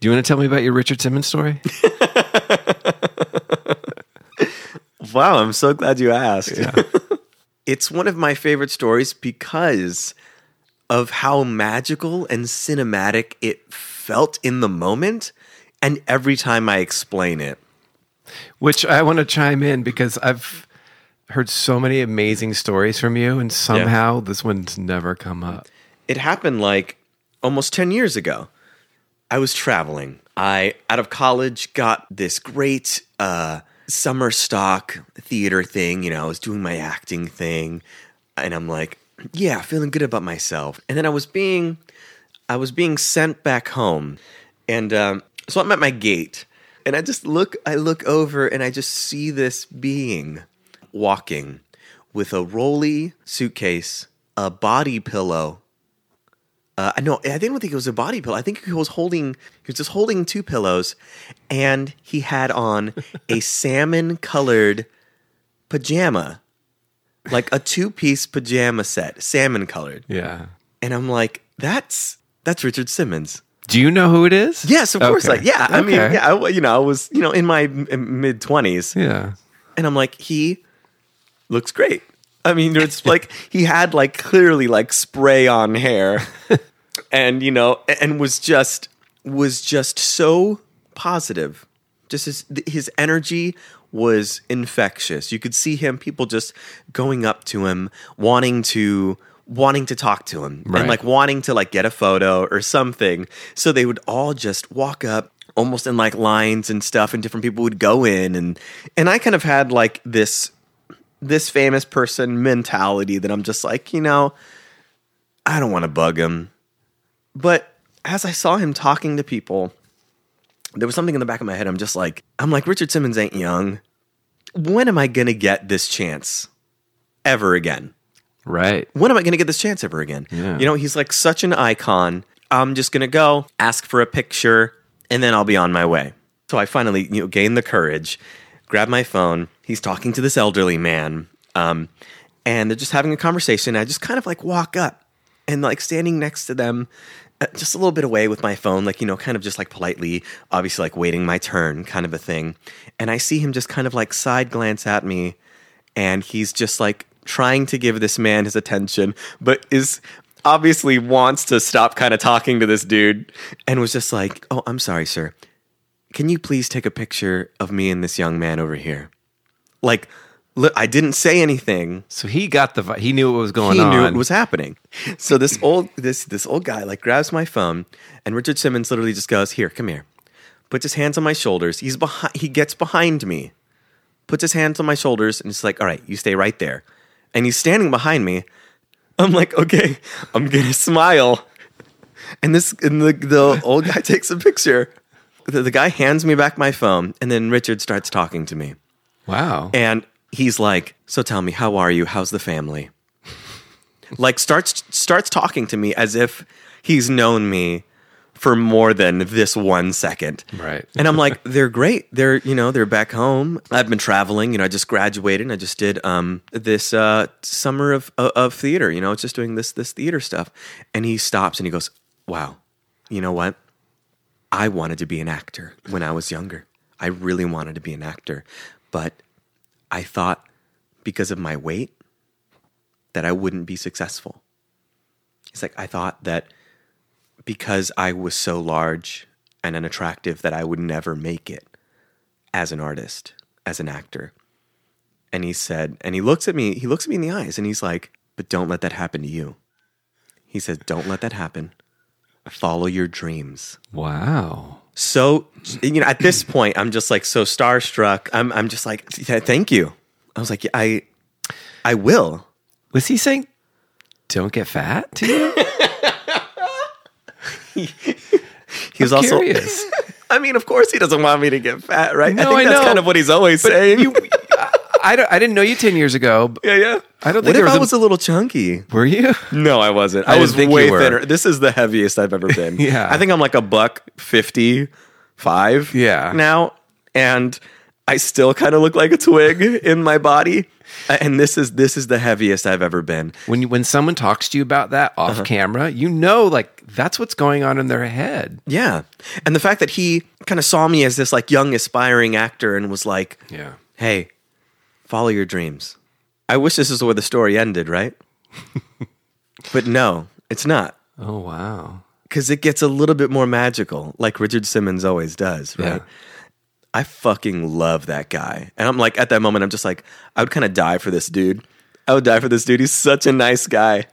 Do you want to tell me about your Richard Simmons story? Wow, I'm so glad you asked. it's one of my favorite stories because of how magical and cinematic it felt in the moment and every time I explain it. Which I want to chime in because I've heard so many amazing stories from you, and somehow this one's never come up. it happened like almost 10 years ago. I was traveling. I, out of college, got this great uh, summer stock theater thing. You know, I was doing my acting thing. And I'm like, yeah, feeling good about myself. And then I was being, I was being sent back home. And um, so I'm at my gate. And I just look, I look over and I just see this being walking with a rolly suitcase, a body pillow, uh, no, I didn't think it was a body pillow. I think he was holding, he was just holding two pillows, and he had on a salmon colored pajama, like a two piece pajama set, salmon colored. Yeah. And I'm like, that's that's Richard Simmons. Do you know who it is? Yes, of course. Okay. Like, yeah. I mean, Okay. yeah. I, w- you know, I was, you know, in my m- mid twenties, Yeah. and I'm like, he looks great. I mean, it's like he had like clearly like spray on hair, and you know, a- and was just was just so positive. Just his his energy was infectious. You could see him, people just going up to him, wanting to wanting to talk to him, Right. and like wanting to like get a photo or something. So they would all just walk up almost in like lines and stuff and different people would go in and and I kind of had like this this famous person mentality that I'm just like, you know, I don't want to bug him. But as I saw him talking to people, there was something in the back of my head. I'm just like, I'm like Richard Simmons ain't young. When am I going to get this chance ever again? Right. when am I going to get this chance ever again? Yeah. You know, he's like such an icon. I'm just going to go ask for a picture and then I'll be on my way. So I finally, you know, gained the courage, grab my phone. He's talking to this elderly man. Um, and they're just having a conversation. I just kind of like walk up and like standing next to them, uh, just a little bit away with my phone, like, you know, kind of just like politely, obviously like waiting my turn kind of a thing. And I see him just kind of like side glance at me and he's just like trying to give this man his attention, but is obviously wants to stop kind of talking to this dude and was just like, Oh, I'm sorry, sir. Can you please take a picture of me and this young man over here? Like, look, I didn't say anything So he got the. vi- He knew what was going he on. knew it was happening. So this old this this old guy like grabs my phone, and Richard Simmons literally just goes, "Here, come here." Puts his hands on my shoulders. He's behind. He gets behind me. Puts his hands on my shoulders and it's like, "All right, you stay right there." And he's standing behind me. I'm like, "Okay, I'm gonna smile." And this and the the old guy takes a picture. The, the guy hands me back my phone, and then Richard starts talking to me. wow. And he's like, "So tell me, how are you? How's the family?" like starts starts talking to me as if he's known me for more than this one second. Right. And I'm like, "They're great. They're, you know, they're back home. I've been traveling, you know, I just graduated and I just did um this uh summer of of, of theater, you know, just doing this this theater stuff." And he stops and he goes, "Wow. You know what? I wanted to be an actor when I was younger. I really wanted to be an actor, but I thought because of my weight that I wouldn't be successful. It's like I thought that because I was so large and unattractive that I would never make it as an artist, as an actor. And he said, and he looks at me, he looks at me in the eyes and he's like, but don't let that happen to you. He says, don't let that happen. Follow your dreams wow. so you know at this point i'm just like so starstruck i'm i'm just like "Th- thank you i was like "Yeah, i i will Was he saying, "Don't get fat"? To you? he was also Curious. i mean of course he doesn't want me to get fat right i No, think I that's know. kind of what he's always saying I don't. I didn't know you ten years ago. but- yeah yeah I don't think what there if was i a- was a little chunky Were you? no i wasn't i, didn't was think you way were. thinner this is the heaviest i've ever been Yeah. i think i'm like a buck 55 Yeah. now and I still kind of look like a twig in my body. And this is this is the heaviest I've ever been. When you, when someone talks to you about that off camera, you know, like that's what's going on in their head. Yeah. And the fact that he kind of saw me as this like young aspiring actor and was like, Yeah. "Hey, follow your dreams." I wish this is where the story ended, right? but no, it's not. Oh wow. because it gets a little bit more magical, like Richard Simmons always does, right? Yeah. I fucking love that guy. And I'm like, at that moment, I'm just like, I would kind of die for this dude. I would die for this dude. He's such a nice guy.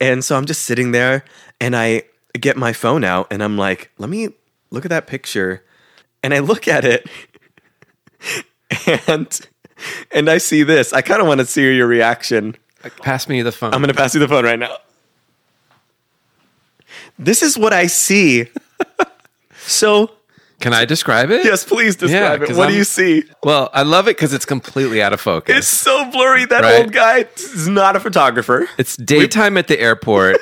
And so I'm just sitting there and I get my phone out and I'm like, let me look at that picture. And I look at it and and I see this. I kind of want to see your reaction. Pass me the phone. I'm going to pass you the phone right now. This is what I see. so, Can I describe it? yes, please describe it. 'cause What do I'm- you see? Well, I love it because it's completely out of focus. It's so blurry. That Right. old guy is not a photographer. It's daytime at the airport.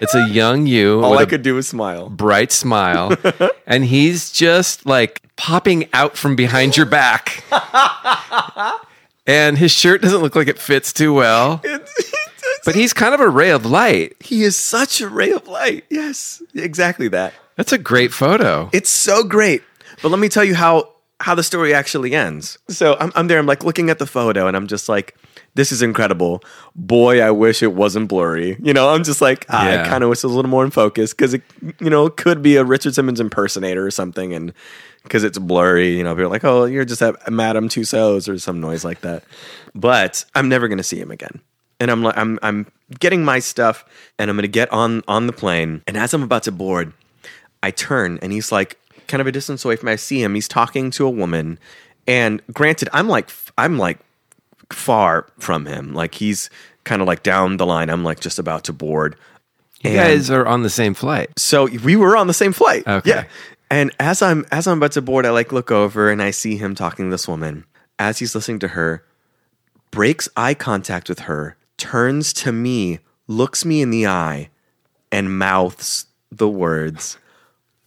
it's a young you All with I a could do was smile. bright smile, and he's just like popping out from behind your back. and his shirt doesn't look like it fits too well, but he's kind of a ray of light. he is such a ray of light. Yes, exactly that. That's a great photo. It's so great. But let me tell you how how the story actually ends. So I'm, I'm there. I'm like looking at the photo, and I'm just like, "This is incredible." Boy, I wish it wasn't blurry. You know, I'm just like, ah, I Yeah. kind of wish it was a little more in focus because it, you know, it could be a Richard Simmons impersonator or something, and because it's blurry, you know, people are like, "Oh, you're just at Madame Tussauds" or some noise like that. But I'm never gonna see him again. And I'm like, I'm I'm getting my stuff, and I'm gonna get on on the plane. And as I'm about to board, I turn and he's like kind of a distance away from me. I see him. He's talking to a woman. And granted, I'm like I'm like far from him. Like he's kind of like down the line. I'm like just about to board. you guys are on the same flight. So we were on the same flight. Okay. Yeah. And as I'm as I'm about to board, I like look over and I see him talking to this woman. As he's listening to her, breaks eye contact with her, turns to me, looks me in the eye, and mouths the words,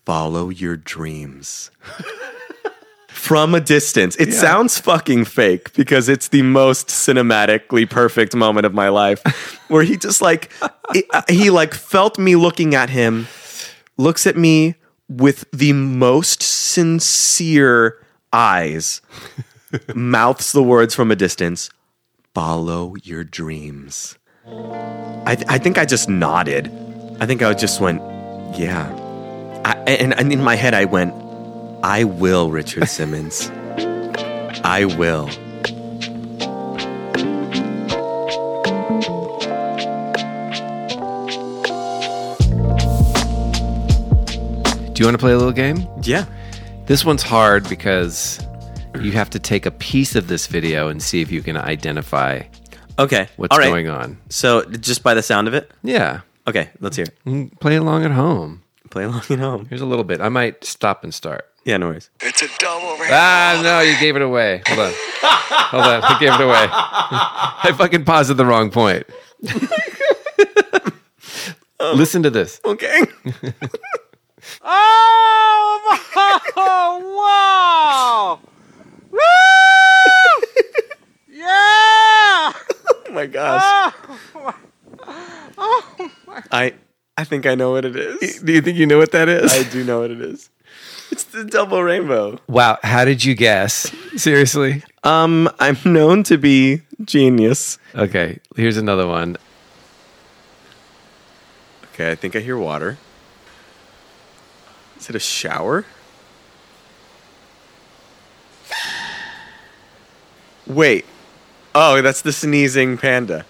"Follow your dreams." From a distance. It sounds fucking fake because it's the most cinematically perfect moment of my life where he just like it- he like felt me looking at him looks at me with the most sincere eyes, mouths the words from a distance follow your dreams. I, th- I think I just nodded. I think I just went, yeah. I, and, and in my head, I went, I will, Richard Simmons. I will. Do you want to play a little game? Yeah. This one's hard because you have to take a piece of this video and see if you can identify Okay. what's going on. So, just by the sound of it? Yeah. Okay, let's hear it. Mm, Play along at home. Play along at home. Here's a little bit. I might stop and start. Yeah, no worries. It's a double ring. Ah, no, you gave it away. Hold on. Hold on. I gave it away. I fucking paused at the wrong point. Listen to this. Okay. Oh, wow! Woo! Yeah! Oh, Oh my gosh. I I think I know what it is. Do you think you know what that is? I do know what it is. It's the double rainbow. wow. How did you guess? Seriously? Um, I'm known to be genius. Okay. Here's another one. Okay, I think I hear water. Is it a shower? Wait. Oh, that's the sneezing panda.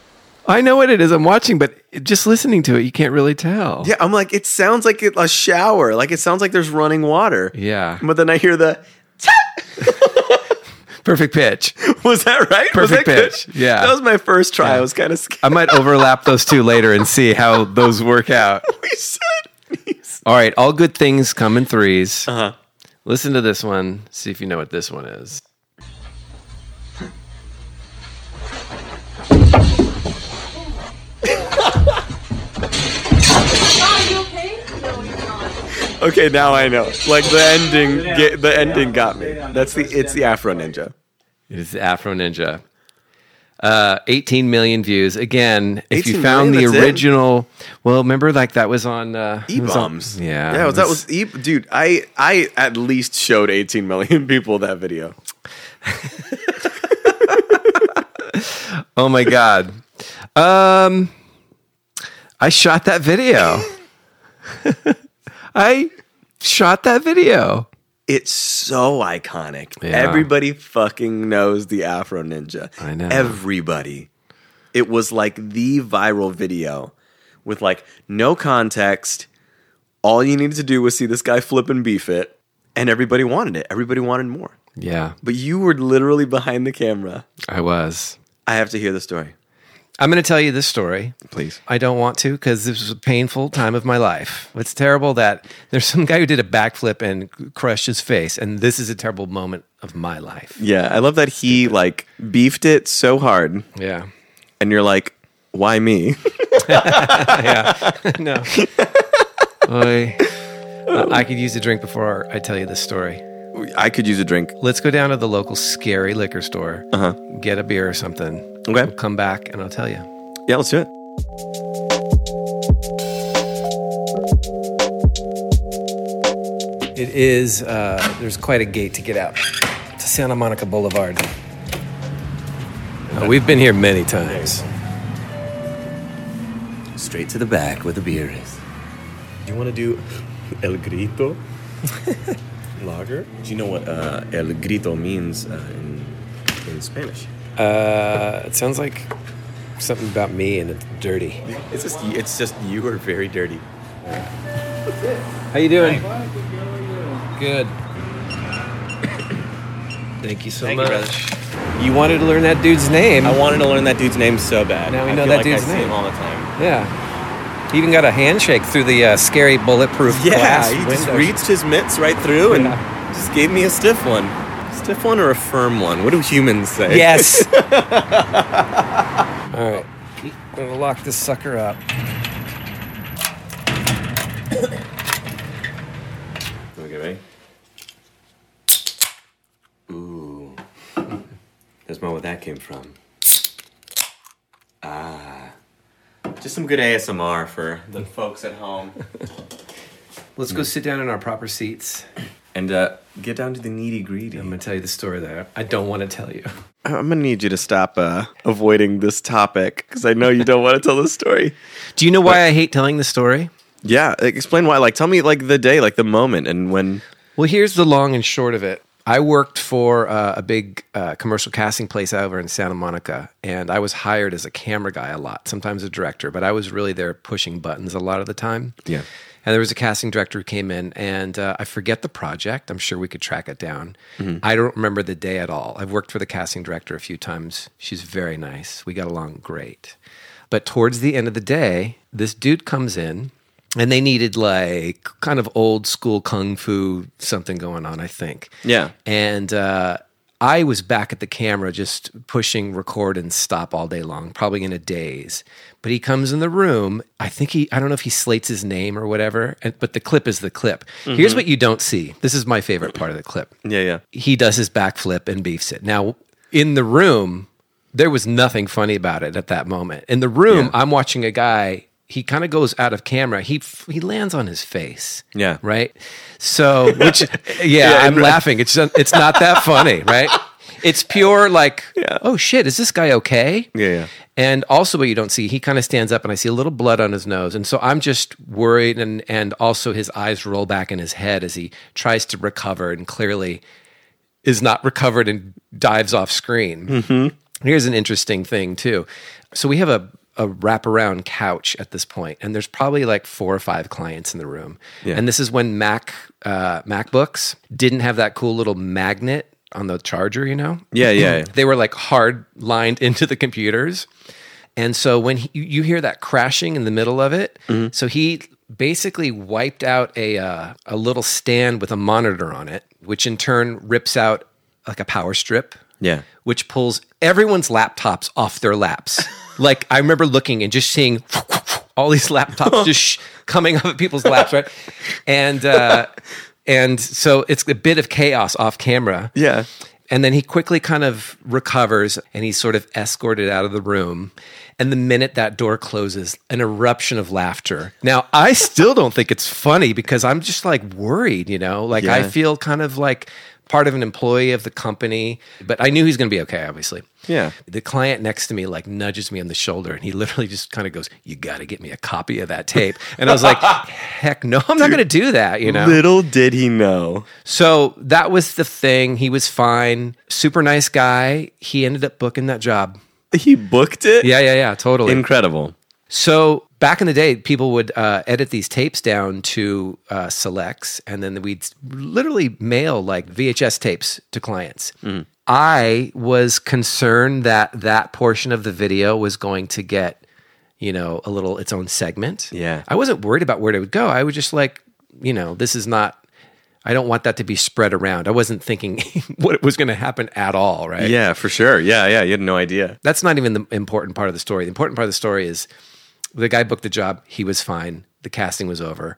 I know what it is. I'm watching, but just listening to it, you can't really tell. Yeah, I'm like, it sounds like it- a shower. Like it sounds like there's running water. Yeah. But then I hear the. Perfect pitch. Was that right? was Perfect that good? pitch. Yeah. That was my first try. I was kind of scared. I might overlap those two later and see how those work out. We said All right. All good things come in threes. Uh-huh. Listen to this one. See if you know what this one is. Are you okay? No, you're not. Okay, now I know. Like the ending, ge- the ending got me. That's the. It's the Afro Ninja. It is the Afro Ninja. Uh, 18 million views. Again, if 18 you found million, the that's it? original, well, remember like that was on uh, it was on- E-bombs. Yeah, Yeah, it that was e- dude, I I at least showed 18 million people that video. Oh my god. Um, I shot that video. I shot that video. It's so iconic. Yeah. Everybody fucking knows the Afro Ninja. I know. Everybody. It was like the viral video with like no context. All you needed to do was see this guy flip and beef it, and everybody wanted it. Everybody wanted more. Yeah, But you were literally behind the camera. I was. I have to hear the story. I'm going to tell you this story. Please. I don't want to because this was a painful time of my life. It's terrible that there's some guy who did a backflip and crushed his face, and this is a terrible moment of my life. Yeah, I love that he like beefed it so hard, Yeah. and you're like, why me? No. I, I could use a drink before I tell you this story. I could use a drink. Let's go down to the local scary liquor store, uh-huh. get a beer or something. Okay. We'll come back and I'll tell you. Yeah, let's do it. It is, uh, there's quite a gate to get out to Santa Monica Boulevard. Uh, we've been here many times. Straight to the back where the beer is. Do you want to do El Grito lager? Do you know what uh, El Grito means uh, in, in Spanish? Uh, it sounds like something about me and it's dirty. It's just it's just you are very dirty. How you doing? Good. Thank you so Thank you, much. brother. you, wanted to learn that dude's name. I wanted to learn that dude's name so bad. Now we I know feel that like dude's I see name. him all the time. yeah. He even got a handshake through the uh, scary bulletproof Yeah, glass he just window. reached his mitts right through and Yeah. just gave me a stiff one. Stiff one or a firm one? What do humans say? Yes. All right. I'm gonna lock this sucker up. Okay, ready? Ooh. That's not where that came from. Ah. Just some good ASMR for the folks at home. Let's go sit down in our proper seats. and uh, get down to the needy greedy. I'm gonna tell you the story that I don't want to tell you. I'm gonna need you to stop uh, avoiding this topic because I know you don't want to tell this story. Do you know why I hate telling the story? Yeah, like, explain why. Like, tell me like the day, like the moment, and when. Well, here's the long and short of it. I worked for uh, a big uh, commercial casting place over in Santa Monica, and I was hired as a camera guy a lot, sometimes a director, but I was really there pushing buttons a lot of the time. Yeah. And there was a casting director who came in, and uh, I forget the project. I'm sure we could track it down. I don't remember the day at all. I've worked for the casting director a few times. She's very nice. We got along great. But towards the end of the day, this dude comes in and they needed like kind of old school kung fu something going on, I think. Yeah. And uh, I was back at the camera just pushing record and stop all day long, probably in a daze. But he comes in the room. I think he, I don't know if he slates his name or whatever, and, but the clip is the clip. Here's what you don't see. This is my favorite part of the clip. Yeah, yeah. He does his backflip and beefs it. Now, in the room, there was nothing funny about it at that moment. In the room, I'm watching a guy. He kind of goes out of camera. He f- he lands on his face. Yeah. Right. So, which yeah, I'm laughing. It's it's not that funny, right? It's pure like, oh shit, is this guy okay? Yeah, yeah. And also, what you don't see, he kind of stands up, and I see a little blood on his nose, and so I'm just worried, and and also his eyes roll back in his head as he tries to recover, and clearly is not recovered and dives off screen. Here's an interesting thing too. So we have a a wraparound couch at this point, and there's probably like four or five clients in the room. And this is when Mac uh, MacBooks didn't have that cool little magnet on the charger, you know? Yeah, yeah, yeah. they were like hard lined into the computers. And so when he, you- you hear that crashing in the middle of it, Mm-hmm. so he basically wiped out a uh, a little stand with a monitor on it, which in turn rips out like a power strip. Yeah. Which pulls everyone's laptops off their laps. like I remember looking and just seeing all these laptops just sh- coming off of people's laps, right? And uh, and so it's a bit of chaos off camera. Yeah. And then he quickly kind of recovers and he's sort of escorted out of the room. And the minute that door closes, an eruption of laughter. Now, I still don't think it's funny because I'm just like worried, you know? Like I Yeah. feel kind of like part of an employee of the company, but I knew he's going to be okay, obviously. Yeah. The client next to me like nudges me on the shoulder and he literally just kind of goes, You got to get me a copy of that tape. And I was like, Heck no, I'm not going to do that, you know? Little did he know. So that was the thing. He was fine, super nice guy. He ended up booking that job. He booked it. Yeah, yeah, yeah, totally. Incredible. so back in the day, people would uh, edit these tapes down to uh, selects, and then we'd literally mail like VHS tapes to clients. I was concerned that that portion of the video was going to get, you know, a little its own segment. Yeah. I wasn't worried about where it would go. I was just like, you know, this is not. I don't want that to be spread around. I wasn't thinking what was going to happen at all, right? Yeah, for sure. Yeah, yeah. You had no idea. that's not even the important part of the story. The important part of the story is the guy booked the job. He was fine. The casting was over.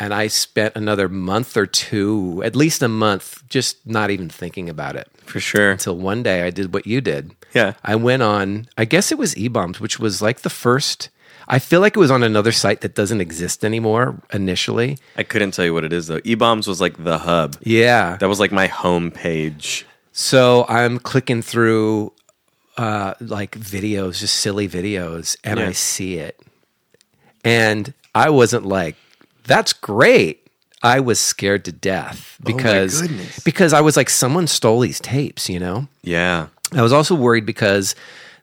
And I spent another month or two, at least a month, just not even thinking about it. For sure. Until one day I did what you did. Yeah. I went on, I guess it was E Bombs, which was like the first. I feel like it was on another site that doesn't exist anymore initially. I couldn't tell you what it is though. E-bombs was like the hub. Yeah. That was like my home page. So I'm clicking through uh, like videos, just silly videos, and Yeah. I see it. And I wasn't like, that's great. I was scared to death because Oh goodness. because I was like, someone stole these tapes, you know? Yeah. I was also worried because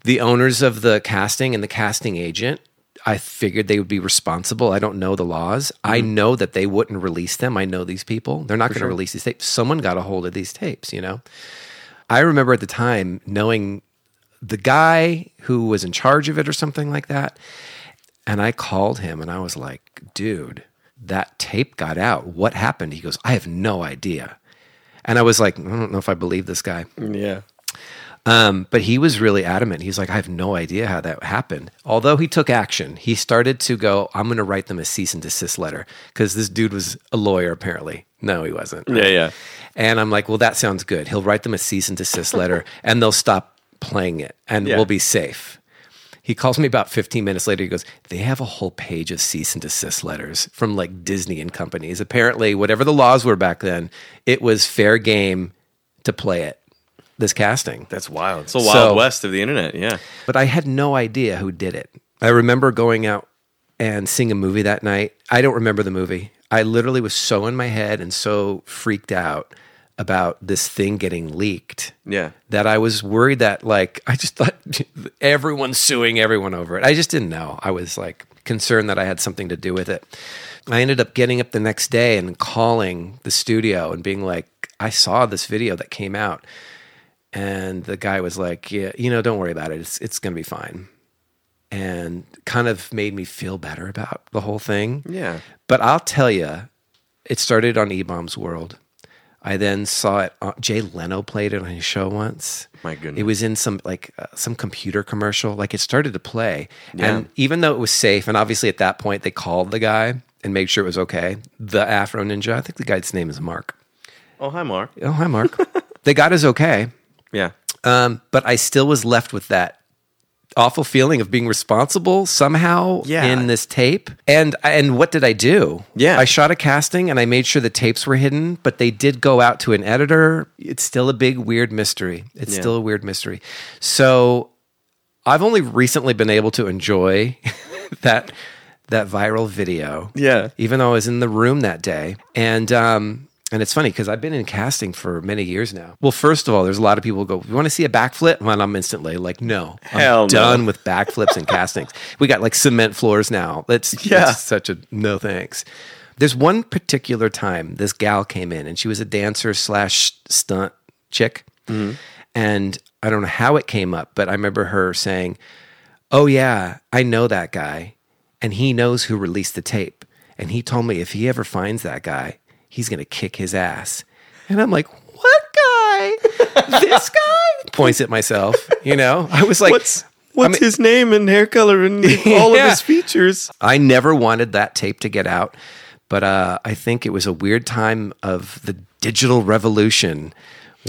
the owners of the casting and the casting agent, I figured they would be responsible. I don't know the laws. I know that they wouldn't release them. I know these people. They're not going to release these tapes. Someone got a hold of these tapes, you know? I remember at the time knowing the guy who was in charge of it or something like that. And I called him and I was like, dude, that tape got out. What happened? He goes, I have no idea. And I was like, I don't know if I believe this guy. Yeah. Um, but he was really adamant. He's like, I have no idea how that happened. Although he took action, he started to go, I'm going to write them a cease and desist letter because this dude was a lawyer, apparently. No, he wasn't. Yeah, yeah. And I'm like, well, that sounds good. He'll write them a cease and desist letter and they'll stop playing it and Yeah. we'll be safe. He calls me about 15 minutes later. He goes, They have a whole page of cease and desist letters from like Disney and companies. Apparently, whatever the laws were back then, it was fair game to play it, this casting. That's wild. So So- wild west of the internet. Yeah. But I had no idea who did it. I remember going out and seeing a movie that night. I don't remember the movie. I literally was so in my head and so freaked out about this thing getting leaked Yeah. that I was worried that, like, I just thought everyone's suing everyone over it. I just didn't know. I was like concerned that I had something to do with it. I ended up getting up the next day and calling the studio and being like, I saw this video that came out. And the guy was like, "Yeah, you know, don't worry about it. It's it's gonna be fine." And kind of made me feel better about the whole thing. Yeah. But I'll tell you, it started on E Bombs World. I then saw it. On, Jay Leno played it on his show once. My goodness. It was in some like uh, some computer commercial. Like it started to play, Yeah. and even though it was safe, and obviously at that point they called the guy and made sure it was okay. The Afro Ninja. I think the guy's name is Mark. Oh, hi Mark. Oh hi, Mark. they got us okay. Yeah. Um, but I still was left with that awful feeling of being responsible somehow Yeah. in this tape. And and what did I do? Yeah. I shot a casting and I made sure the tapes were hidden, but they did go out to an editor. It's still a big weird mystery. It's Yeah. still a weird mystery. So I've only recently been able to enjoy that that viral video Yeah. even though I was in the room that day. And um, and it's funny because I've been in casting for many years now. Well, first of all, there's a lot of people who go, "You want to see a backflip?" And I'm instantly like, "No, I'm Hell no. done with backflips and castings." We got like cement floors now. That's Yeah. that's such a no thanks. There's one particular time this gal came in and she was a dancer slash stunt chick, Mm-hmm. and I don't know how it came up, but I remember her saying, oh yeah, I know that guy, and he knows who released the tape, and he told me if he ever finds that guy, he's gonna kick his ass. And I'm like, what guy? this guy points at myself. You know, I was like, what's what's his name and hair color and all Yeah. of his features? I never wanted that tape to get out, but uh, I think it was a weird time of the digital revolution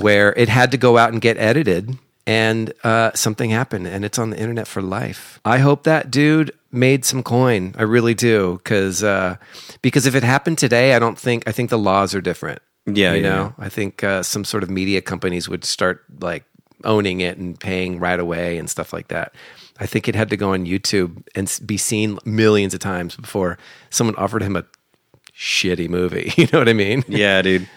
where it had to go out and get edited, and uh, something happened, and it's on the internet for life. I hope that dude made some coin. I really do, because uh, because if it happened today, I don't think I think the laws are different. Yeah, you yeah, know, I think uh, some sort of media companies would start like owning it and paying right away and stuff like that. I think it had to go on YouTube and s- be seen millions of times before someone offered him a shitty movie. You know what I mean? Yeah, dude.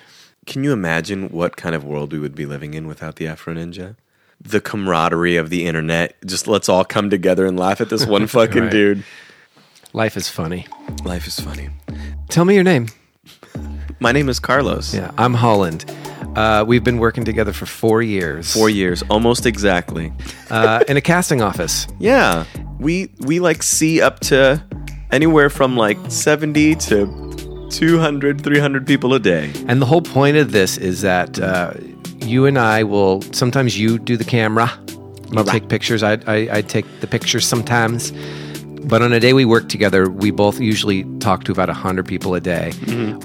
Can you imagine what kind of world we would be living in without the Afro Ninja? The camaraderie of the internet. Just let's all come together and laugh at this one fucking Right. dude. Life is funny. Life is funny. Tell me your name. My name is Carlos. Yeah, I'm Holland. Uh, we've been working together for four years. Four years, almost exactly. uh, in a casting office. Yeah. We we like see up to anywhere from like 70 to 200, 300 people a day. And the whole point of this is that uh, you and I will sometimes you do the camera, you take pictures. I, I I take the pictures sometimes. But on a day we work together, we both usually talk to about 100 people a day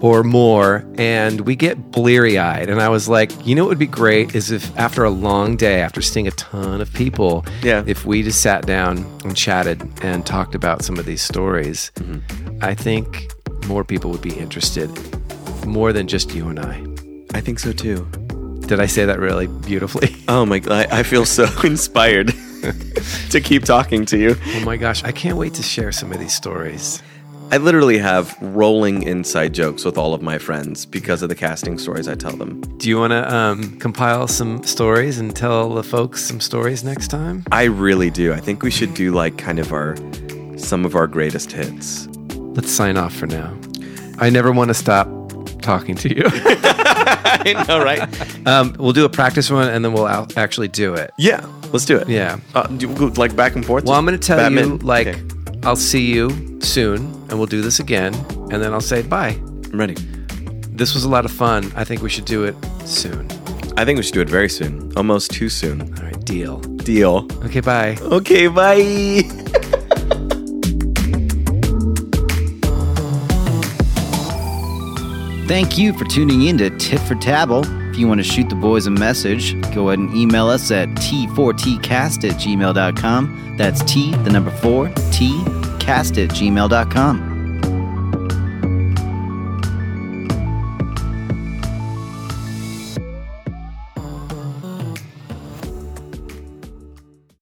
or more, and we get bleary eyed. And I was like, you know what would be great is if after a long day, after seeing a ton of people, Yeah. if we just sat down and chatted and talked about some of these stories, I think more people would be interested, more than just you and I. I think so too. Did I say that really beautifully? Oh my god, I I feel so inspired to keep talking to you. oh my gosh, I can't wait to share some of these stories. I literally have rolling inside jokes with all of my friends because of the casting stories I tell them. Do you want to um, compile some stories and tell the folks some stories next time? I really do. I think we should do like kind of our some of our greatest hits. Let's sign off for now. I never want to stop talking to you. I know, right? um, we'll do a practice one and then we'll out- actually do it. yeah, let's do it. Yeah. Uh, do, go, like back and forth. Well, I'm going to tell you, Batman. like, Okay, I'll see you soon and we'll do this again. And then I'll say bye. I'm ready. This was a lot of fun. I think we should do it soon. I think we should do it very soon. Almost too soon. All right, deal. Deal. Okay, bye. Okay, bye. Thank you for tuning in to Tit for Tabble. If you want to shoot the boys a message, go ahead and email us at t4tcast at gmail.com. That's T, the number 4, T, cast at gmail.com.